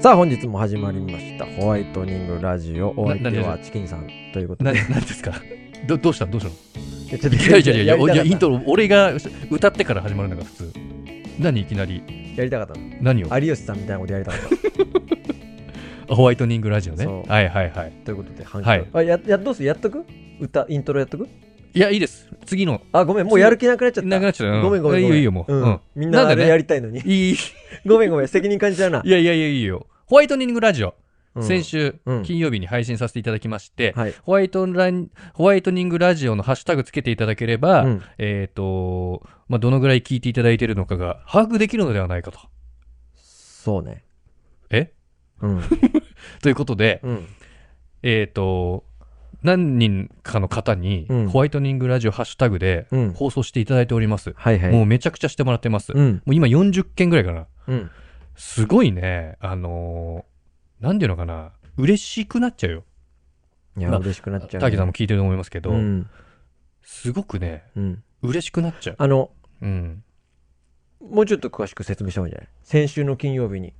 さあ本日も始まりましたホワイトニングラジオお相手なはなチキンさんということなでなんですかどどうしたのどうしたのえちょっといやいやいやいやいややりイたンかっトロ俺が歌ってから始まるのが普通何いきなりたやりたかった何をの有吉さんみたいなことやりたかったホワイトニングラジオねそうはいはいはいということで反響、はいあややどうするやっとく歌イントロやっとくいやいいです次のあごめんもうやる気なくなっちゃったなくなっちゃったうんごめんごめんごめんいいよいいよもううんうんみんなあなんでれねやりたいのに、 いい、ごめんごめん責任感じちゃうないやいやいやいいよホワイトニングラジオ、うん先週うん金曜日に配信させていただきまして、はい、ホワイトラインホワイトニングラジオのハッシュタグつけていただければ、うんえっ、と、まあ、どのぐらい聞いていただいているのかが把握できるのではないかと。そうねえうん、ということで、うん、えっ、と、何人かの方に、うんホワイトニングラジオハッシュタグでうん放送していただいております。はいはいもうめちゃくちゃしてもらってます。うもんう今40件ぐらいかな。うんすごいね、あのーなんていうのかな、嬉しくなっちゃうよ。いやまあ嬉しくなっちゃう滝さんも聞いてると思いますけど、うんすごくね、うん嬉しくなっちゃう。あのうん。もうちょっと詳しく説明した方がいいんじゃない先週の金曜日に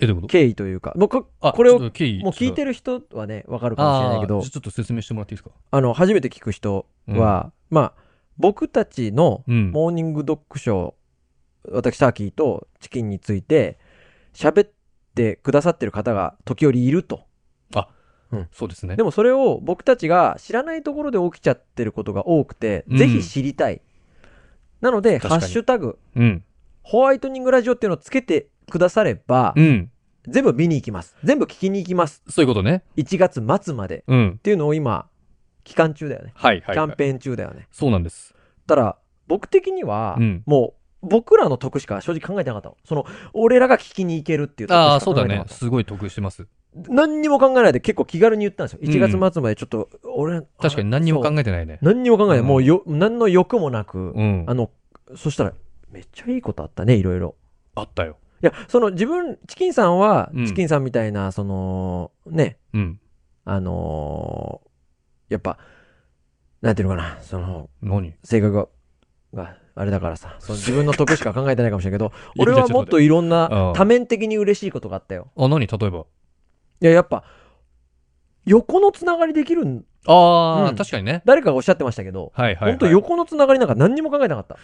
え、どういうこと経緯というかもうこあこれをちょっと経緯もう聞いてるる人はねわかるかもしれないあけどあー、ちょっと説明してもらっていいですか。あの初めて聞く人は、まあ僕たちのうん。モーニングドッグショー、私ターキーとチキンについて喋ってくださってる方が時折いるとそうですね。でもそれを僕たちが知らないところで起きちゃってることが多くて、うんぜひ知りたいなので「確ハかッにシュタグうん。ホワイトニングラジオ」っていうのをつけてくだされば、うん。全部見に行きます全部聞きに行きますそういうことね。 1月末までっうん。ていうのを今期間中だよねはいキはい、はャいン。ペーン中だよねそうなんです。ただ僕的には、うんもう僕らの得しか正直考えてなかったのその俺らが聞きに行けるっていう得しああ、かそう考だえてなかねっ。たすごい得してます。何にも考えないで結構気軽に言ったんですようん1月末までちょっと、俺確かに何にも考ええてないね。何にも考えない、うんもうよ何の欲もなく、うん。あのそしたらめっちゃいいことあったねいろいろあったよ。いやその自分チキンさんは、うんチキンさんみたいなそのねうん。あのーやっぱ、なんていうのかな、その、何性格が、があれだからさ、その自分の得しか考えてないかもしれないけど、 いや俺はもっといろんちょっと待ってなうん多面的に嬉しいことがあったよ。あ、何例えば。いや、やっぱ、横のつながりできるん、ああ、うん確かにね。誰かがおっしゃってましたけど、はいはい、はい。本当横のつながりなんか何にも考えなかった。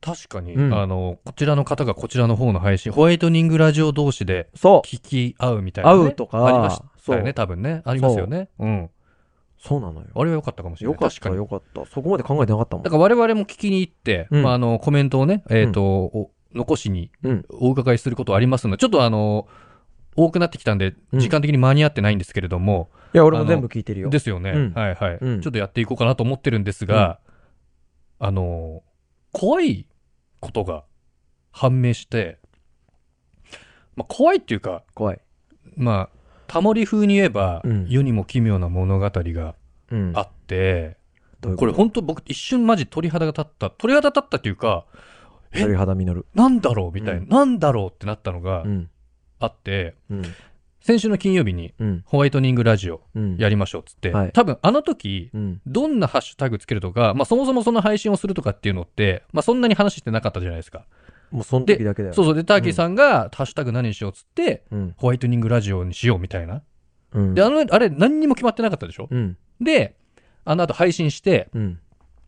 確かに、うんあの、こちらの方がこちらの方の配信、ホワイトニングラジオ同士でそ聞き合うみたう。いな、ね。会うとか、ありましたそよね、う。多分ね。ありますよね。うん。そうなのよ。あれは良かったかもしれなよい。かっ確かた、に。よかった。そこまで考えてなかったもんだ。から我々も聞きに行って、うんまあ、あの、コメントをね、えっ、と、お残しにうんお伺いすることありますので、ちょっとあの、多くなってきたんで、うん時間的に間に合ってないんですけれども、いや、俺も全部聞いてるよ。ですよね、うんはいはい、うんちょっとやっていこうかなと思ってるんですが、あのー怖いことが判明して、まあ、怖いっていうか、怖い。まあ、タモリ風に言えば、うん世にも奇妙な物語がうん。あって、どういうここれと本当僕一瞬マジ鳥肌が立った鳥肌立ったっていうかえ鳥肌実る。なんだろうみたいな、うんなんだろうってなったのがうん。あって、うん。先週の金曜日にうん。ホワイトニングラジオうん。やりましょうっつって、はい多分あの時うん。どんなハッシュタグつけるとか、まあ、そもそもその配信をするとかっていうのって、まあ、そんなに話してなかったじゃないですか。もうその時だけだよ。そうそう。で、ターキーさんが、ハッシュタグ何にしようっつって、うん。ホワイトニングラジオにしようみたいな。うん。で、あの、あれ、何にも決まってなかったでしょうん。で、あの後配信して、うん。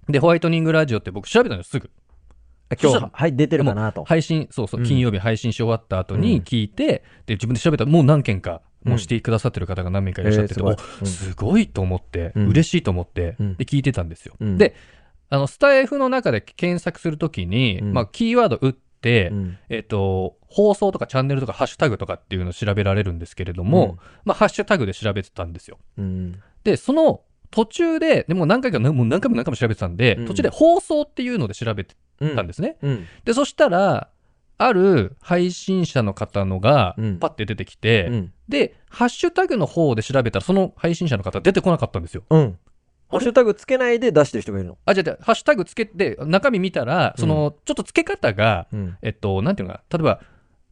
で、ホワイトニングラジオって僕調べたのよ、すぐ。あ今そした日ら、はい、出てるかなと。配信、そうそうう、ん金曜日配信し終わった後うんに聞いて、で、自分で調べたらもう何件か、うんもうしてくださってる方が何名かいらっしゃってて、えーすごいおすごいと思って、うん嬉しいと思って、うんで、聞いてたんですよ。うんで、あの、スタイフの中で検索するときに、うんまあ、キーワード打って、うんえっ、と、放送とかチャンネルとかハッシュタグとかっていうのを調べられるんですけれども、まあ、ハッシュタグで調べてたんですよ。うん。で、その途中で、でもう何回か、なもう何回も何回も調べてたんで、うん途中で放送っていうので調べてうん。たんですね。うん。で、そしたら、ある配信者の方のがうんパッて出てきて、うん。で、ハッシュタグの方で調べたら、その配信者の方出てこなかったんですよ。うん。ハッシュタグつけないで出してる人がいるの。あ、じゃあ、ハッシュタグつけて、中身見たら、その、ちょっと付け方が、うん。えっと、なんていうのかな、例えば、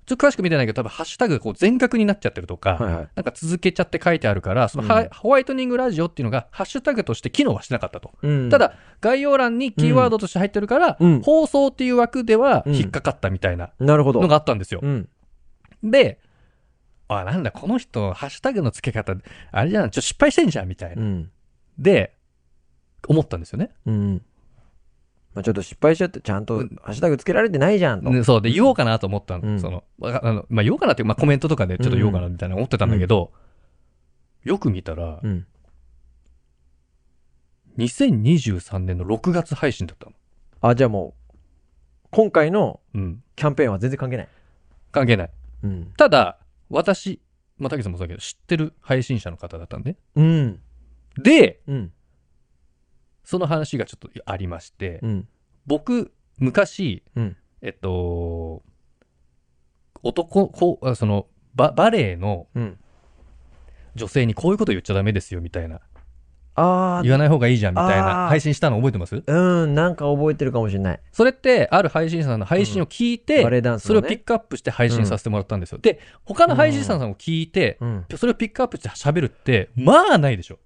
ちょっと詳しく見てないけど、多分ハッシュタグがこう全角になっちゃってるとか、はいはい。なんか続けちゃって書いてあるから、そのはうんホワイトニングラジオっていうのが、ハッシュタグとして機能はしてなかったと。うんた、だ、概要欄にキーワードとして入ってるから、うん放送っていう枠ではうん引っかかったみたいななるほどの。があったんですよ。うん。で、あ、なんだ、この人、ハッシュタグの付け方、あれじゃん、ちょっと失敗してんじゃん、みたいな。うん。で、思ったんですよね。うん。まあ、ちょっと失敗しちゃって、ちゃんとうハんッシュタグつけられてないじゃんと。ねそう、で、言おうかなと思ったうの。んその、わかあのまあ、言おうかなっていうか、まあ、コメントとかでちょっと言おうかなみたいな思ってたんだけど、よく見たらう、ん。 2023年の6月配信だったの。あ、じゃあもう、今回のうん。キャンペーンは全然関係ない。関係ない。うん。ただ、私、まあ、たけさんもそうだけど、知ってる配信者の方だったんで。うん。で、うん。その話がちょっとありまして、うん。僕、昔、うんえっと、男、こう、あその、ババレエのうん。女性にこういうこと言っちゃダメですよ、みたいな。あ言わない方がいいじゃん、みたいあーな配信したの覚えてますー、うん、なんか覚えてるかもしれない。それって、ある配信者さんの配信を聞いて、バレエダンスそれの、をピねッ。クアップして配信させてもらったんですよ。で、他の配信者さんも聞いて、うん。それをピックアップして喋るって、まあないでしょ。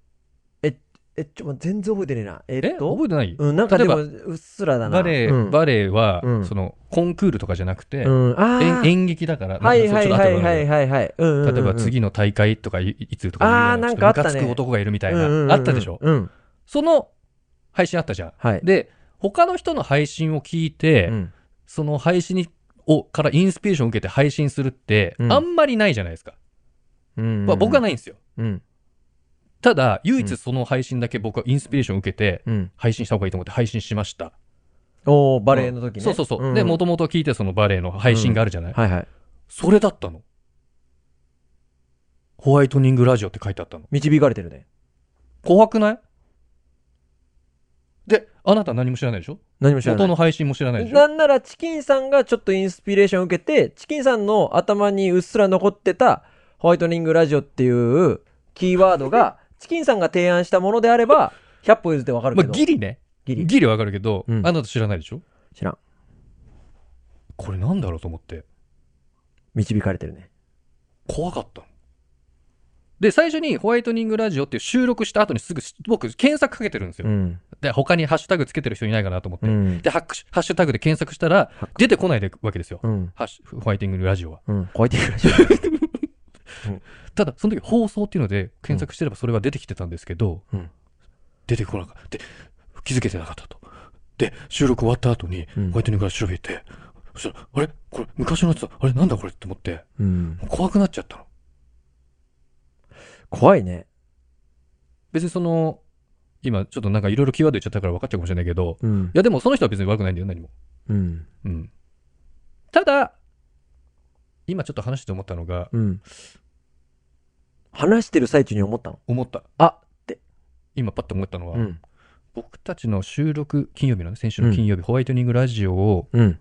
え、ちょ、ま全然覚えてねえな。ええっと、覚えてない、うん、なんかでも、例うっすらだな。バレエ、うん、バレエは、うんその、コンクールとかじゃなくて、うん、あ演ー演劇だから、はいはいなんはかそいうちょっと後ではいはいはい。うんうんうんうん例えば、次の大会とかいいつとか言うようあーなんちかょあっったとねムカつく男がいるみたいな、うんうんうんあったでしょ、うん。その配信あったじゃん。はい。で、他の人の配信を聞いて、うんその配信にをからインスピレーションを受けて配信するって、うんあんまりないじゃないですか。うんまあ僕はね、ないんですよ。うん。ただ、唯う一んその配信だけ僕はインスピレーションを受けて、うん。配信した方がいいと思って配信しました。おー、バレエの時ね。そうそうそう。んで、もともと聞いてそのバレエの配信があるじゃない、はいはい。それだったの。ホワイトニングラジオって書いてあったの。導かれてるね。怖くないで、あなた何も知らないでしょ何も知らない元。の配信も知らないでしょなんならチキンさんがちょっとインスピレーションを受けて、チキンさんの頭にうっすら残ってたホワイトニングラジオっていうキーワード が、チキンさんが提案したものであれば、100歩譲ってわかるまけあ、ど。ギリね。ギリギリわかるけど、うんあなた知らないでしょ知らん。これなんだろうと思って、導かれてるね。怖かったの。で、最初にホワイトニングラジオっていう収録した後にすぐ僕検索かけてるんですよ。ん。で、他にハッシュタグつけてる人いないかなと思って。うん。でハックシュ、ハッシュタグで検索したら、出てこないわけですよ。うん。ハッシュホワイトニングラジオは。うん。ホワイトニングラジただ、その時放送っていうので検索してればそれは出てきてたんですけど、うん出てこなかった。で、気づけてなかったと。で、収録終わった後に、うんホワイトニングラジオ調べて、そしたら、あれこれ、昔のやつだ。あれなんだこれって思って、オ。うん。怖くなっちゃったの。怖いね。別にその、今ちょっとなんかいろいろキーワード言っちゃったから分かっちゃうかもしれないけど、うんい。やでもその人は別に悪くないんだよ、何も。うん。うん。ただ、今ちょっと話して思ったのが、うん。話してる最中に思ったの。思った。あって。今パッと思ったのは、うん。僕たちの収録、金曜日のね、先週の金曜日、ホワイトニングラジオをうん。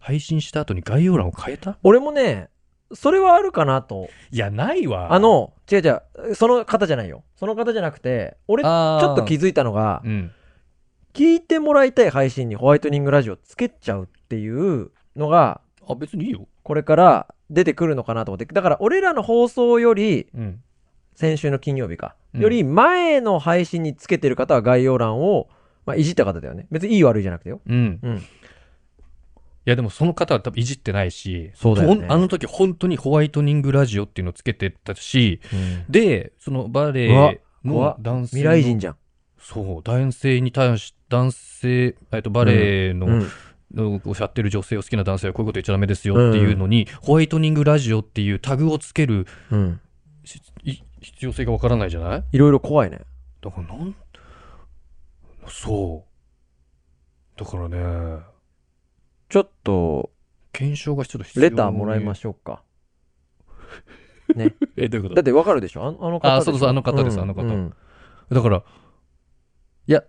配信した後に概要欄を変えた俺もね、それはあるかなといや、ないわ。あ、の、違う違う、その方じゃないよ。その方じゃなくて、俺、ちょあーっと気づいたのがう、ん。聞いてもらいたい配信にホワイトニングラジオつけちゃうっていうのが、あ、別にいいよ。これから出てくるのかなと思って。だから、俺らの放送より、うん。先週の金曜日か。うんより前の配信につけてる方は概要欄を、まあ、いじった方だよね。別にいい悪いじゃなくてよ。うん。うんいや、でもその方は多分いじってないし、そうだよねほんあの時本当にホワイトニングラジオっていうのをつけてたし、で、そのバレうわエ怖のっ男性未の。来人じゃん。そう、男性に対し、男性、えっと、バレエの、うん。のおっしゃってる女性を好きな男性はこういうこと言っちゃダメですよっていうのに、ホワイトニングラジオっていうタグをつけるうん。しい必要性がわからないじゃないいろいろ怖いね。だからなん、そう。だからね、ちょっと、検証がちょっと必レ要ターもらいまししょうか。た。え、どういうこだとってわかるでしょあのあの方あでしょそうそうあの方ですあの方うんだから、いや、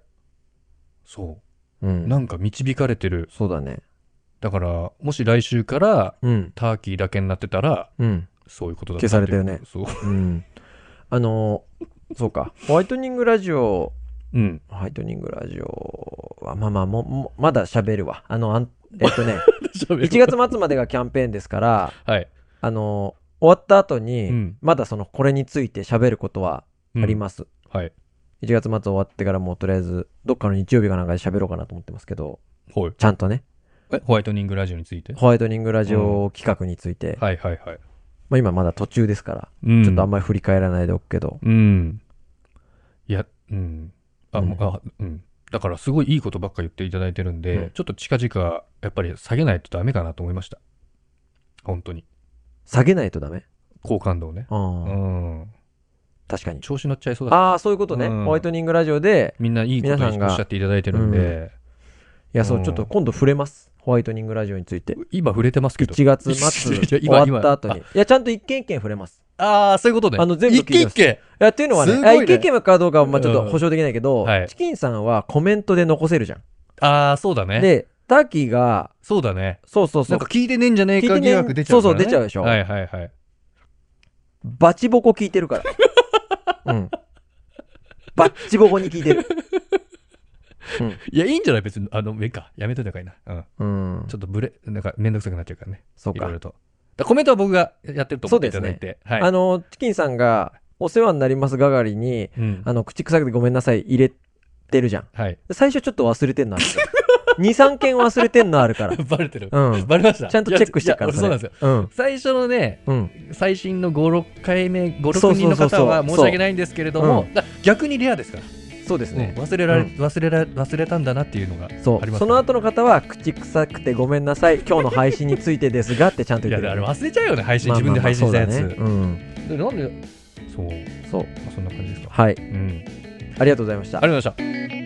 そうんう。なんか導かれてる。そうだね。だから、もし来週からうん。ターキーだけになってたら、うん。そういうことだった消されたよね。そう。うん。あのー、そうか。ホワイトニングラジオ、 うん。ホワイトニングラジオは、まあまあ、も、もまだ喋るわ。あの、あんえっと ね、1月末までがキャンペーンですから、はい。あのー終わった後に、うんまだその、これについて喋ることはありす。ます。はい。 1月末終わってからもうとりあえず、どっかの日曜日かなんかで喋ろうかなと思ってますけど、はい。ちゃんとね、え、ホワイトニングラジオについてホワイトニングラジオ企画について、はいはいはい。まあ今まだ途中ですから、うん、ちょっとあんまり振り返らないでおくけど。うん。いや、うん。あ、うんもうあ、うん。だからすごいいいことばっか言っていただいてるんで、うんちょっと近々、やっぱり下げないとダメかなと思いました。本当に。下げないとダメ。好感度をね。あうーん。確かに。調子乗っちゃいそうだ。ああ、そういうことね。うんホワイトニングラジオで、みんないいこと皆をおさんがっしゃっていただいてるんで、いや、そうう、んちょっと今度触れます。ホワイトニングラジオについて。今触れてますけど。 1月いや末いや終今わ今った後に。いや、ちゃんと一件一件触れます。ああ、そういうことね。あの全部聞一いて軒ま一す軒。いや、っていうのはね、すごいねあ一件一件かどうかはまあちょっと保証できないけど、うんはいチキンさんはコメントで残せるじゃん。ああ、そうだね。で、ターキーが、そうだね。そうそうそうなんか、聞いてねえんじゃねえ聞かいてねえ疑惑出ちゃうから、ね。そうそう出ちゃうでしょはいはいはい。バチボコ聞いてる から。うん。バッチボコに聞いてる。いや、いいんじゃない別に。あの、上か。やめといた方がいいな。うん。うんち。ょっとブレ、なんかめんどくさくなっちゃうからね。そういろいかろ。と。だからコメントは僕がやってると思っていただいて。はい。あの、チキンさんが、お世話になりますががりに、うんあの、口臭くてごめんなさい入れてるじゃん。はい。 最初ちょっと忘れてんのある。2、3件 忘れてんのあるから。バレてる。うん。バレました。ちゃんとチェックしてからいやいやそうなんですよ。すよ。うん。最初のね、うん。最新の5、6回目、5、そうそ6人うのそうそう方は申し訳ないんですけれども、だ逆にレアですから、そうですね。忘れられ、うん忘れら忘れたんだなっていうのがありますそからう。その後の方は、口臭くてごめんなさい。今日の配信についてですがってちゃんとい言や、ってある。れ忘れちゃうよね、配信、まあ自分で配信したやつ。まあまあそうだねでなんで、そう、うん。そう。まあ、そんな感じですか。はい。うん。ありがとうございましたあ。りがとうございました。